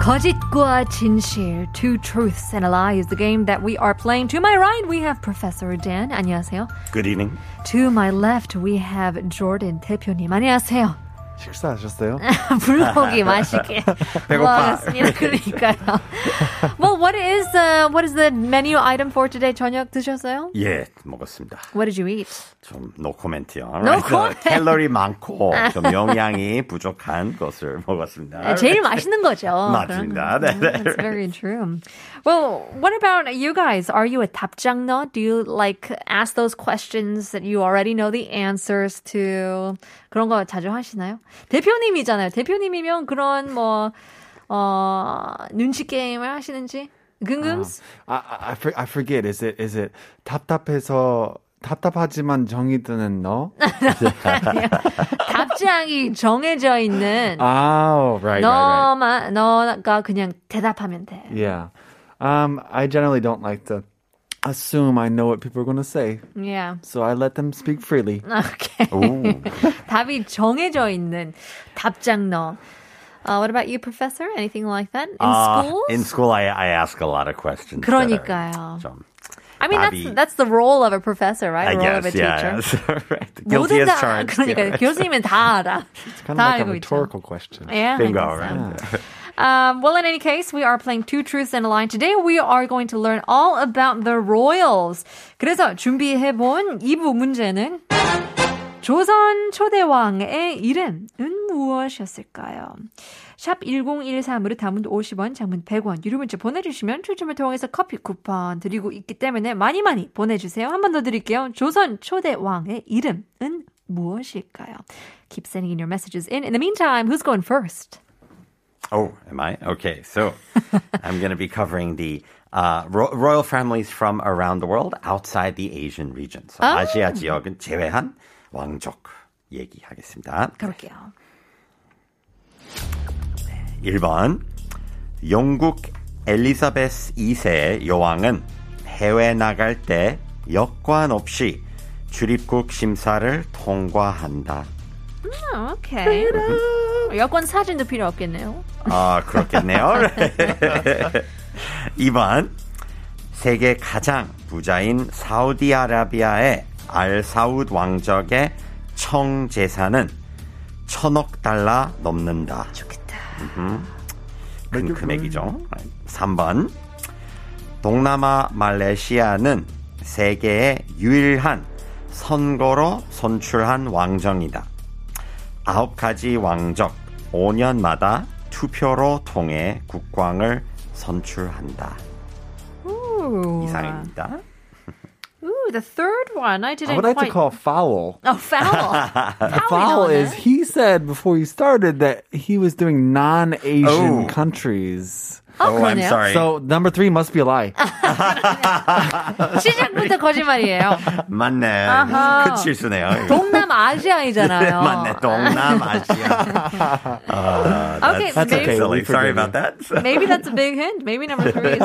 거짓과 진실, two truths and a lie is the game that we are playing. To my right, we have Professor Dan. 안녕하세요. Good evening. To my left, we have Jordan 대표님. 안녕하세요. 식사하셨어요? 불고기 맛있게 배고파. 먹었습니다. 그러니까요. well, what is uh, what is the menu item for today? 저녁 드셨어요? 예, 먹었습니다. What did you eat? 좀 no comment요. comment. 칼로리 많고 좀 영양이 부족한 것을 먹었습니다. 네, 제일 맛있는 거죠. 아, 네. 음, 맞습니다. 네, 네. That's very true. Well, what about you guys? Are you a 답장너? Do you like ask those questions that you already know the answers to? 그런 거 자주 하시나요? 대표님이잖아요. 대표님이면 그런 뭐 어, 눈치 게임을 하시는지 궁금스? I, I, I for- I forget. Is it is it 답답해서 답답하지만 정이 드는 너? 아. 답장이 정해져 있는 Oh, right, right, right. 너만 너가 그냥 대답하면 돼. Yeah. Um, I generally don't like to assume I know what people are going to say, Yeah. so I let them speak freely. Okay. 답이 정해져 있는 답장너. Uh, what about you, professor? Anything like that in 아, schools? in school, I, I ask a lot of questions. that are 그러니까요. 좀, I mean, 답이- that's that's the role of a professor, right? I role guess, of a yeah. teacher. yes. right. Guilty 모든 as 다 charged. 그러니까 교수님은 다 알아. Kind 다 of like a 알고 있죠. rhetorical question. Yeah, I Bingo, guess so. right? Um, well, in any case, we are playing Two Truths and a Lie. Today we are going to learn all about the royals. 그래서 준비해본 2부 문제는 조선 초대왕의 이름은 무엇이었을까요? 샵 1013으로 담은 50원, 장문 100원, 유료 문자 보내주시면 추첨을 통해서 커피 쿠폰 드리고 있기 때문에 많이 많이 보내주세요. 한 번 더 드릴게요. 조선 초대왕의 이름은 무엇일까요? Keep sending in your messages in. In the meantime, who's going first? Oh, am I? Okay, so I'm going to be covering the uh, ro- royal families from around the world outside the Asian region. Oh. So 아시아 지역은 제외한 왕족 얘기하겠습니다. 가볼게요. 1번 영국 엘리자베스 2세 여왕은 해외 나갈 때 여권 없이 출입국 심사를 통과한다. Oh, 어, 오케이. 여권 사진도 필요 없겠네요. 아, 그렇겠네요. 2번. 세계 가장 부자인 사우디아라비아의 알사우드 왕족의 청 재산은 천억 달러 넘는다. 좋겠다. 큰 금액이죠. 3번. 동남아 말레이시아는 세계의 유일한 선거로 선출한 왕정이다. 아홉 가지 왕적 5년마다 투표로 통해 국왕을 선출한다. 오. 이상입니다. Ooh, the third one. I I didn't would like quite. to call foul. Oh, foul. Foul 나오네. is he said before he started that he was doing Oh. non-Asian countries. Oh, I'm 그러네요. sorry. So number three must be a lie. 시작부터 거짓말이에요. 맞네. 아하. 큰 실수네요. 동남아시아이잖아요. 맞네. 동남아시아. 아, Okay, that's maybe- silly. We forgive Sorry you. about that. Maybe that's a big hint. Maybe number three. Is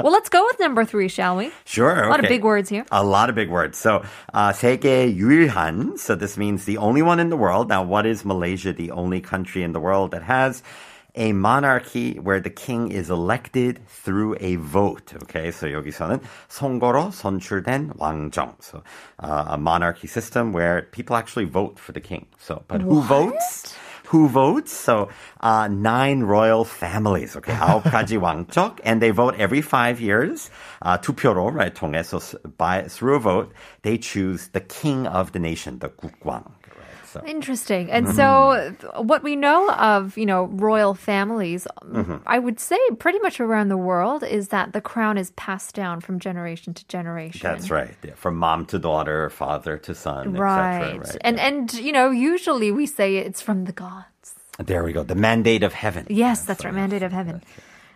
well, let's go with number three, shall we? Sure. Okay. A lot of big words here. A lot of big words. So, uh, 세계 유일한. So this means the only one in the world. Now, what is Malaysia? The only country in the world that has a monarchy where the king is elected through a vote. Okay. So 여기서는 선거로 선출된 왕정. So uh, a monarchy system where people actually vote for the king. So, but who votes? Who votes? So uh, nine royal families. Okay, 아홉 가지 왕족, and they vote every five years. Uh, 투표로 right 통해서 s- by through a vote they choose the king of the nation, the 국왕. Right? So Interesting. And so, th- what we know of, you know, royal families, Mm-hmm. I would say pretty much around the world is that the crown is passed down from generation to generation. that's right. Yeah, From mom to daughter, father to son, Right. etc. Right. And and you know, usually we say it's from the gods. there we go. The mandate of heaven. Yes, that's right. Mandate of heaven.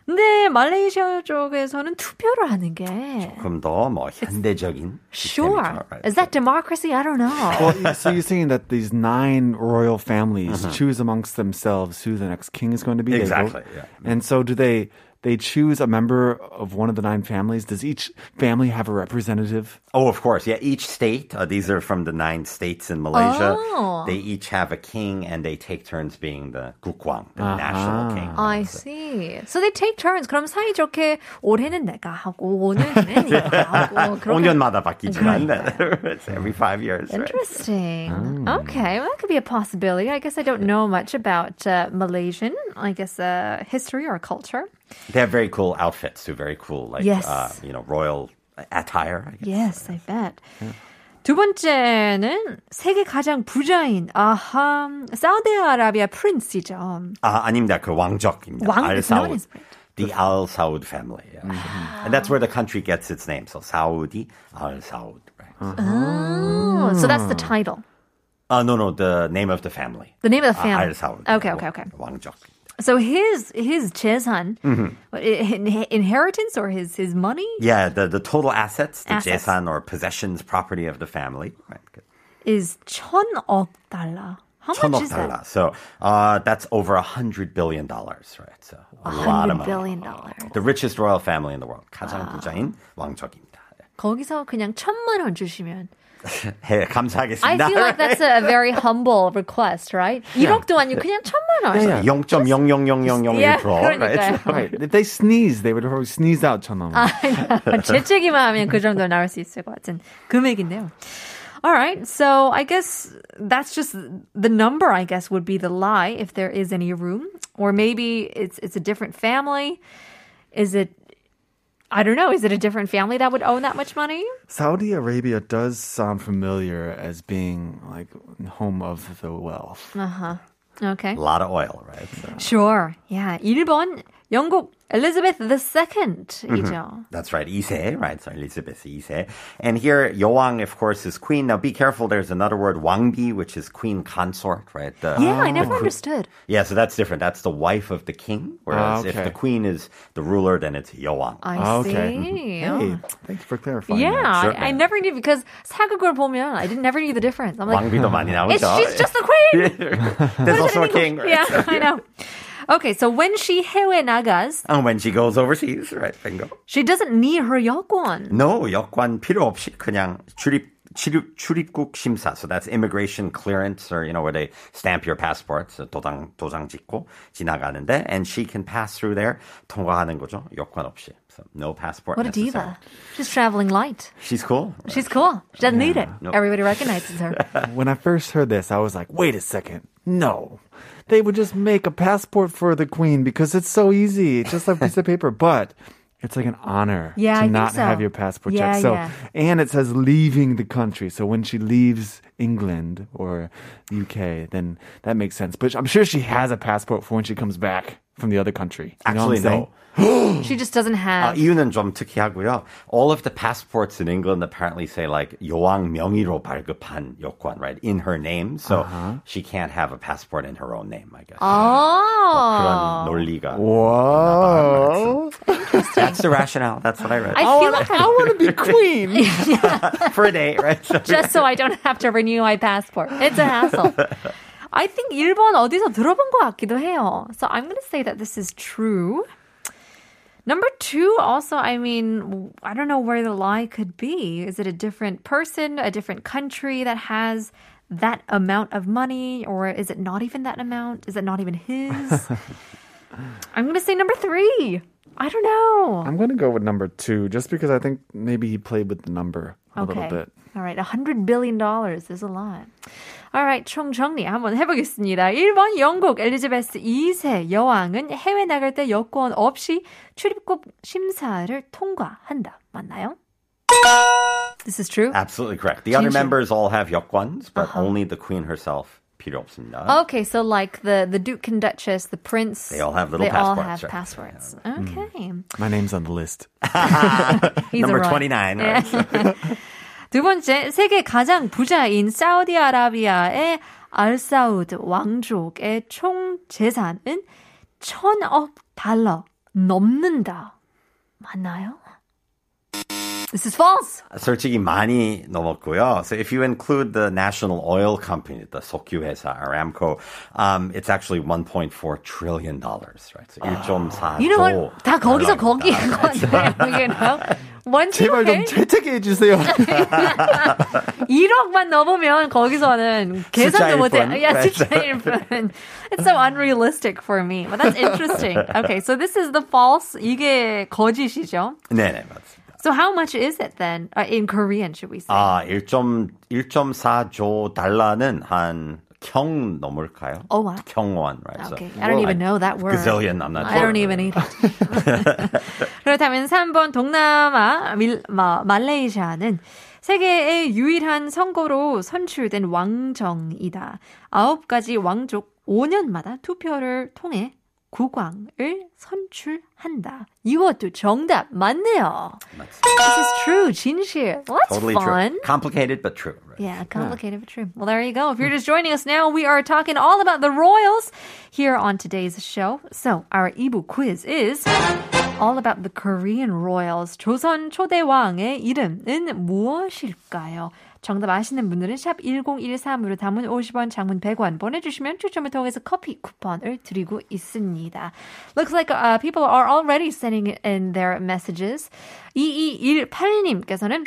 근데 말레이시아 쪽에서는 투표를 하는 게 조금 더 뭐 현대적인 Sure. 시스템이죠. Is that democracy? I don't know. Well, so you're saying that these nine royal families choose amongst themselves who the next king is going to be. They vote. Exactly, yeah. And so, do they? They choose a member of one of the nine families. Does each family have a representative? Oh, of course. Yeah, each state, uh, these are from the nine states in Malaysia. Oh. They each have a king and they take turns being the gukwang, the national king. I see. So they take turns. 그럼 사이좋게 올해는 내가 하고 오늘은 내가 하고 그렇게 5년마다 바뀌지만 it's every five years. right? Interesting. Okay, well, that could be a possibility. I guess I don't know much about uh, Malaysian, I guess, uh, history or culture. They have very cool outfits too. Very cool, like Yes. uh, you know, royal attire. I guess. Yes, I bet. 두 번째는 세계 가장 부자인 아하 사우디아라비아 프린스죠. Uh, 아, 아닙니다. 그 왕적입니다. 왕? Al It's not Saud. his brand. The Al Saud family. yeah. And that's where the country gets its name. So Saudi, Al Saud. Right? Oh, so that's the title, Uh, no, no, the name of the family. the name of the Uh, family. Al Saud. Okay, okay, okay. 왕적. So his his 재산, Mm-hmm. in- inheritance or his his money Yeah, the, the total assets, the Assets. 재산 or possessions, property of the family. Right. good. is 천억 달러. How much 천억 is that? 달러. So uh, that's over a hundred billion dollars, right? So a lot of $100 money. billion dollars. The richest royal family in the world. 가장 부자인 왕족입니다. 거기서 그냥 천만 원 주시면 I 예, 감사하겠습니다. feel like that's a very humble request, right? 1억도 아니고 그냥 천만 원. Yeah, yeah. 0.0000001%. Yeah, right? 그러니까요. Right. If they sneeze, they would probably sneeze out Chonam. Uh. 재채기만 하면 그 정도 나올 수 있을 것 같은 금액인데요. Alright, so I guess that's just the number. I guess would be the lie if there is any room, or maybe it's it's a different family. Is it? I don't know. Is it a different family that would own that much money? Saudi Arabia does sound familiar as being like home of the wealth. Okay. A lot of oil, right? So Sure. Yeah. 1번 영국 엘리자베스 II이죠. that's right. Ise, right? So Elizabeth Ise. And here, Yoang, of course, is queen. Now be careful. There's another word, Wangbi, which is queen consort, right? The- Mm-hmm. Yeah, Oh, I never understood. Yeah, so that's different. That's the wife of the king. Ah, Whereas if okay. the queen is the ruler, then it's Yoang. I Ah, okay. see. Hey, thanks for clarifying. Yeah, that. I, I certainly. never knew because 사극을 보면 I didn't never knew the difference. I'm like, 왕비도 많이 나오죠. it's she's just the queen. There's also a king. Right? yeah, I know. Okay, so when she 해외 나가's, And when she goes overseas, right? Bingo. she doesn't need her 여권. No, 여권 필요 없이 그냥 출입 출입 출입국 심사. So that's immigration clearance, or you know where they stamp your passport. So 도장 도장 찍고 지나가는데, and she can pass through there 통과하는 거죠. 여권 없이. So no passport. What a necessary. diva! She's traveling light. She's cool. right? She's cool. She doesn't need it. Nope. Everybody recognizes her. When I first heard this, I was like, wait a second. No. They would just make a passport for the queen because it's so easy. It's just a piece of paper. But it's like an honor Yeah, I to think not so. have your passport Yeah, checked. So yeah. and it says leaving the country. So when she leaves England or UK, then that makes sense. But I'm sure she has a passport for when she comes back from the other country. You know what Actually, I'm saying? no. She just doesn't 아, have. Uh, 이유는 좀 특이하고요. All of the passports in England apparently say like 여왕 명의로 발급한 여권, right? In her name, so Uh-huh. she can't have a passport in her own name, I guess. Oh, 그런 논리가. Whoa. That's the rationale. That's what I read. I feel like I want to be queen. for a day, right? So- just so I don't have to renew my passport. It's a hassle. I think 일본 어디서 들어본 것 같기도 해요. So I'm going to say that this is true. Number two, also, I mean, I don't know where the lie could be. Is it a different person, a different country that has that amount of money, or is it not even that amount? Is it not even his? I'm going to say number three. I don't know. I'm going to go with number two just because I think maybe he played with the number a little bit. All right, 100 billion dollars is a lot. All right, 총 정리 한번 해보겠습니다. 1번 영국 엘리자베스 2세 여왕은 해외 나갈 때 여권 없이 출입국 심사를 통과한다. 맞나요? This is true. Absolutely correct. The other Ginger. members all have 여권s, but Uh-huh. only the queen herself, 필요 없습니다. Okay, so like the the Duke and Duchess, the Prince, They all have little they all passports, have right? Mm-hmm. passports. Okay, My name's on the list. He's a Number royal. 29. Right? So 두 번째, 세계 가장 부자인 사우디아라비아의 알사우드 왕족의 총 재산은 천억 달러. 넘는다. 맞나요? This is false. 솔직히 많이 넘었고요. So if you include the national oil company, the 석유 회사 Aramco, um, it's actually 1.4 trillion dollars, right? So 1.4조. You know what? 다 거기서 거기인 어, 달러입니다. 건데, you know? 제발 좀 원팀에 채택해 주세요. 1억만 넘으면 거기서는 계산도 숫자일 못해. 뿐. 네. Yeah, 숫자일 뿐. It's so unrealistic for me. But that's interesting. Okay, so this is the false. 이게 거짓이죠. 네네 맞습니다. So how much is it then? Uh, in Korean, should we say? 아 1.1.4조 달러는 한 경 넘을까요? Oh, wow. 경원, right? So Okay, I don't even know that word. Gazillion, I'm not I don't sure. even need it. 그렇다면 3번 동남아 밀, 마, 말레이시아는 세계의 유일한 선거로 선출된 왕정이다. 아홉 가지 왕족 5년마다 투표를 통해 국왕을 선출한다. 이것도 정답 맞네요. This is true, 진실. Well, that's Totally fun. true. Complicated but true. Right? Yeah, complicated but true. Well, there you go. If you're just joining us now, we are talking all about the Royals here on today's show. So our Ibu quiz is all about the Korean Royals. 조선 초대왕의 이름은 무엇일까요? 정답 아시는 분들은 샵 1013으로 담은 50원, 장문 100원 보내주시면 추첨을 통해서 커피 쿠폰을 드리고 있습니다. Looks like uh, people are already sending in their messages. 2218님께서는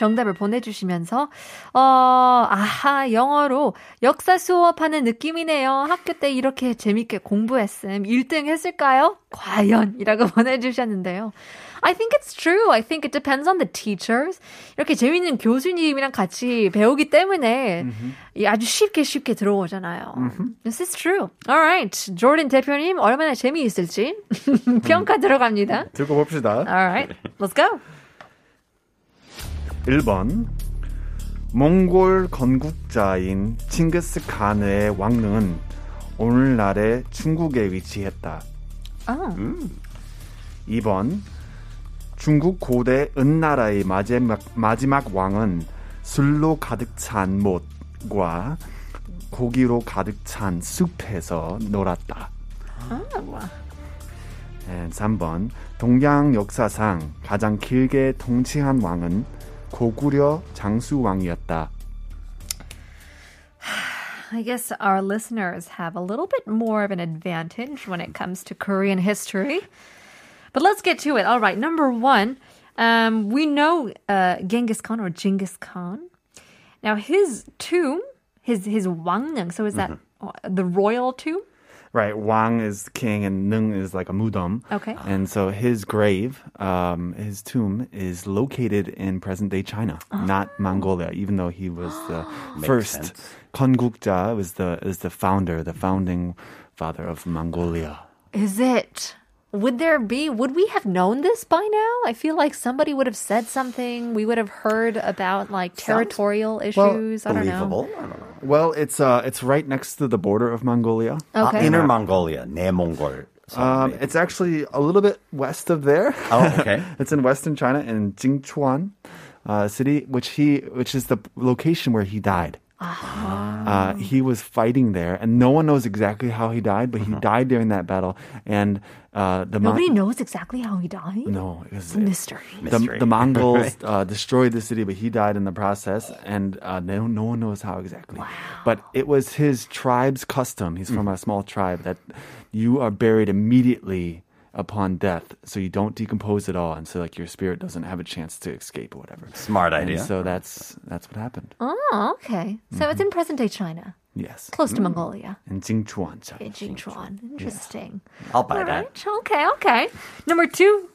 정답을 보내주시면서 어 아하 영어로 역사 수업하는 느낌이네요. 학교 때 이렇게 재밌게 공부했음 1등 했을까요? 과연이라고 보내주셨는데요. I think it's true. I think it depends on the teachers. 이렇게 재밌는 교수님이랑 같이 배우기 때문에 이 아주 쉽게 쉽게 들어오잖아요. This is true. Alright, Jordan 대표님 얼마나 재미있을지 평가 들어갑니다. 들고 봅시다. Alright, let's go. 1번 몽골 건국자인 칭기스칸의 왕릉은 오늘날의 중국에 위치했다. 음. Oh. 2번 중국 고대 은나라의 마지막, 마지막 왕은 술로 가득 찬 못과 고기로 가득 찬 숲에서 놀았다. And 3번 동양 역사상 가장 길게 통치한 왕은 고구려 장수왕이었다. I guess our listeners have a little bit more of an advantage when it comes to Korean history. But let's get to it. All right, number one, um, we know uh, Genghis Khan or Genghis Khan. Now his tomb, his his Wangneung. So is that uh, Mm-hmm. the royal tomb? Right, Wang is king and Nung is like a mudom. Okay. And so his grave, um, his tomb, is located in present day China, not Mongolia, even though he was the first. sense. Kongukja was the, is the founder, the founding father of Mongolia. Is it? Would there be? Would we have known this by now? I feel like somebody would have said something. We would have heard about like territorial issues. I don't know. Believable. I don't know. Well, it's, uh, it's right next to the border of Mongolia. Uh, Okay. Inner Mongolia, 내 몽골. Um, 섬인데. it's actually a little bit west of there. oh, okay. It's in western China in Jingchuan uh, city, which he which is the location where he died. Ah. Uh, he was fighting there, and no one knows exactly how he died, but he Uh-huh. died during that battle. And uh, the Mon- Nobody knows exactly how he died. no, it was- Mystery. the, the Mongols uh, destroyed the city, but he died in the process, and uh, no, no one knows how exactly. But it was his tribe's custom. He's from a Mm-hmm. small tribe that you are buried immediately upon death, so you don't decompose at all, and so like your spirit doesn't have a chance to escape or whatever. Smart And idea. so that's that's what happened. Oh, okay. So it's in present day China, Yes, close to Mongolia. in Jingchuan. China. In Jingchuan. Interesting. I'll buy All that. right. Okay, okay. Number two.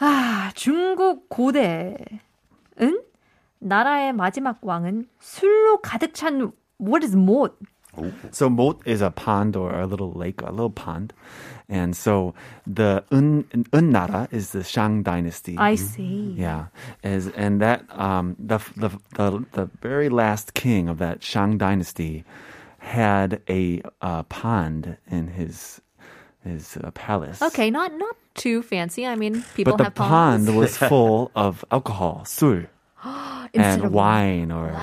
아, 중국 고대은 나라의 마지막 왕은 술로 가득 찬 what is 못? So moat is a pond or a little lake, a little pond. And so the Un, Unnara is the Shang dynasty. I see. Yeah, is and that um, the, the the the very last king of that Shang dynasty had a uh, pond in his his uh, palace. Okay, not not too fancy. I mean, people but the have ponds. pond was full of alcohol, sul, Instead and of wine or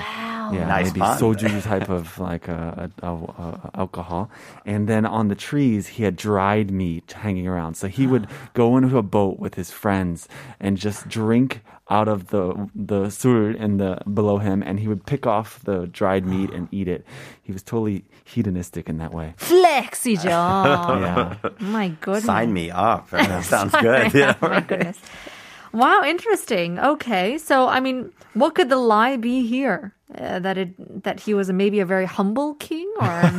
Yeah, Nice maybe pun. soju type of like uh, a, a, a, a alcohol. And then on the trees, he had dried meat hanging around. So he would go into a boat with his friends and just drink out of the the sur and the below him, and he would pick off the dried meat and eat it. He was totally hedonistic in that way. flex이죠. Yeah. My goodness. Sign me up. That sounds good. Yeah. Oh, My goodness. Wow, interesting. Okay, so I mean, what could the lie be here? Uh, that it that he was maybe a very humble king, or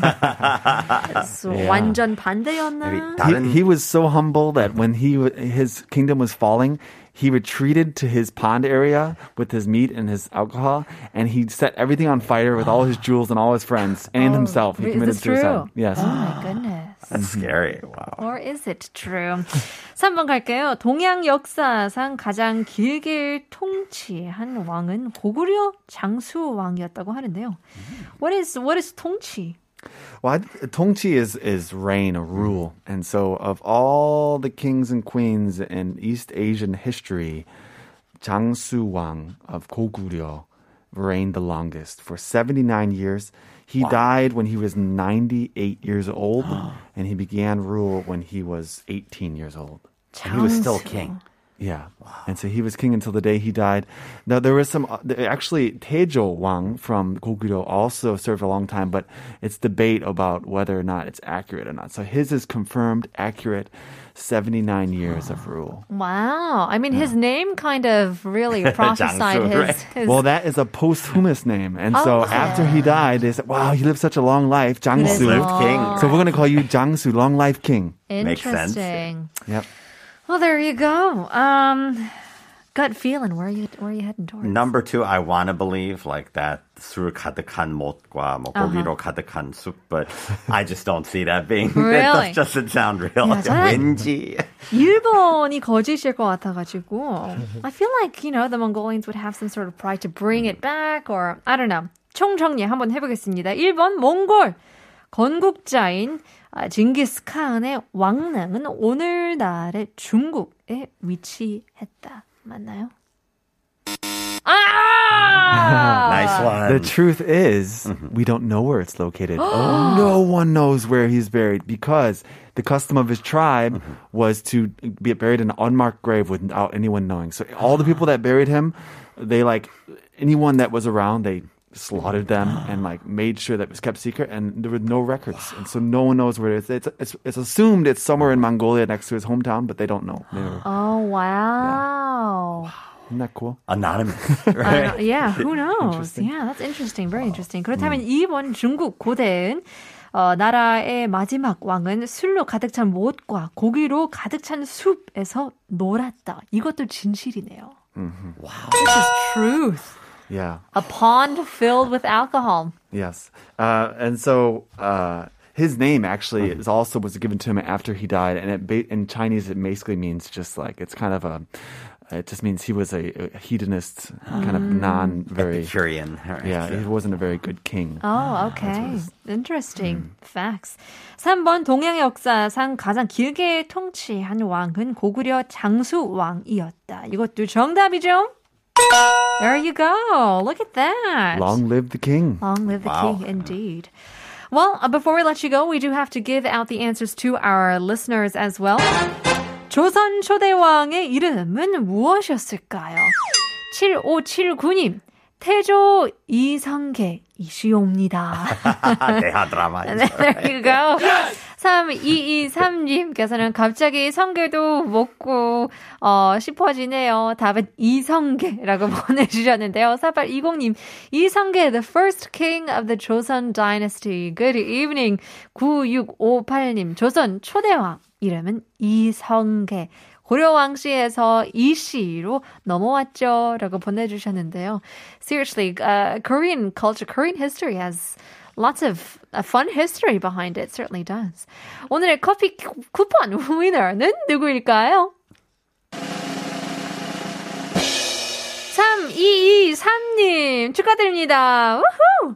so 완전 Maybe 반대였나? 다른- he, he was so humble that when he wa- his kingdom was falling, he retreated to his pond area with his meat and his alcohol, and he set everything on fire with all his jewels and all his friends and himself. He Oh. is committed this true? suicide. Yes. Oh my goodness. That's scary. Wow. Or is it true? 3번 갈게요. 동양 역사상 가장 길게 통치한 왕은 고구려 장수 왕이었다고 하는데요. 음. What is what is 통치? Well, I, Tongchi is is reign or rule, and so of all the kings and queens in East Asian history, Chang Su Wang of Goguryeo reigned the longest for 79 years. He died when he was 98 years old, and he began rule when he was 18 years old. He was still king. Yeah. And so he was king until the day he died. Now, there was some, uh, actually, Taejo Wang from Goguryeo also served a long time, but it's debate about whether or not it's accurate or not. So his is confirmed accurate 79 years of rule. Wow. I mean, his name kind of really prophesied 장수, his, right? his. Well, that is a posthumous name. And so Oh, okay. after he died, they said, wow, you lived such a long life, Jangsu. Lived king. So we're going to call you Jangsu, long life king. makes sense. interesting. Yep. Well, there you go. Um, gut feeling. Where are you? Where are you heading towards? Number two, I want to believe like that 술 가득한 못과 뭐 Uh-huh. 고기로 가득한 soup, but I just don't see that being. Really? that doesn't sound real. Yeah, Uh. 저는- Wingy. 일본이 거짓일 것 같아가지고 I feel like you know the Mongolians would have some sort of pride to bring it back or I don't know 총정리 한번 해보겠습니다 1번 몽골 건국자인 아, 징기스칸의 왕릉은 오늘날의 중국에 위치했다 맞나요? 아! nice The one. truth is, we don't know where it's located. no one knows where he's buried because the custom of his tribe was to be buried in an unmarked grave without anyone knowing. So all the people that buried him, they like anyone that was around, they slaughtered them and like made sure that it was kept secret and there were no records and so no one knows where it is it's, it's, it's assumed it's somewhere in mongolia next to his hometown but they don't know They were- Oh wow. isn't that cool Anonymous. I don't- yeah, who knows? Yeah, that's interesting. Very interesting. 그렇다면 이번 중국 고대은 어, 나라의 마지막 왕은 술로 가득 찬 못과 고기로 가득 찬 숲에서 놀았다. 이것도 진실이네요. This is truth. yeah A pond filled with alcohol. Yes. Uh, and so uh, his name actually is also was given to him after he died, and it ba- in Chinese it basically means just like it's kind of a. It just means he was a, a hedonist, kind of non very. Epicurean. All right, Yeah, so- he wasn't a very good king. Oh, okay. Interesting facts. 3번 동양 역사상 가장 길게 통치한 왕은 고구려 장수 왕이었다. 이것도 정답이죠? There you go. Look at that. Long live the king. Long live the Wow. king, indeed. Well, uh, before we let you go, we do have to give out the answers to our listeners as well. 조선 초대왕의 이름은 무엇이었을까요? 7579님, 태조 이성계이시옵니다. 대하 드라마. 네, There you go. 3223님께서는 갑자기 성게도 먹고 어, 싶어지네요. 답은 이성게라고 보내주셨는데요. 4820님, 이성게, the first king of the Joseon dynasty. Good evening. 9658님, 조선 초대왕. 이름은 이성계. 고려왕시에서 이씨로 넘어왔죠. 라고 보내주셨는데요. Seriously, uh, Korean culture, Korean history has lots of a fun history behind it. Certainly does. 오늘의 커피 쿠- 쿠폰 winner는 누구일까요? 3223님 축하드립니다. 우후!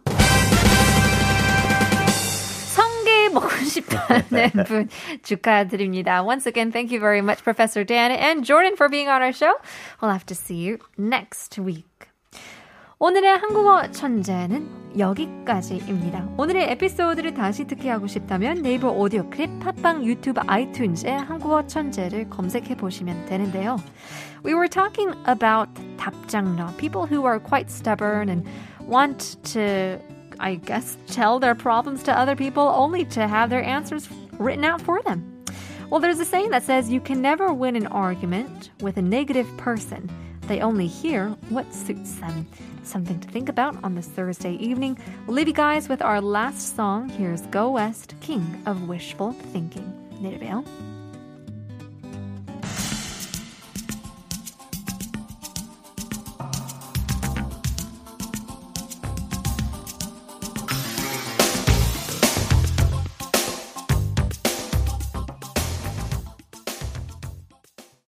성게 먹고 싶다는 분 축하드립니다. Once again, thank you very much, Professor Dan and Jordan, for being on our show. We'll have to see you next week. 오늘의 한국어 천재는 여기까지입니다. 오늘의 에피소드를 다시 듣기 하고 싶다면 네이버 오디오 클립, 팟빵, 유튜브, 아이튠즈에 한국어 천재를 검색해 보시면 되는데요. We were talking about 답장러, people who are quite stubborn and want to, I guess, tell their problems to other people only to have their answers written out for them. Well, there's a saying that says you can never win an argument with a negative person. They only hear what suits them. Something to think about on this Thursday evening. We'll leave you guys with our last song. Here's Go West, King of Wishful Thinking. 내일 봬요.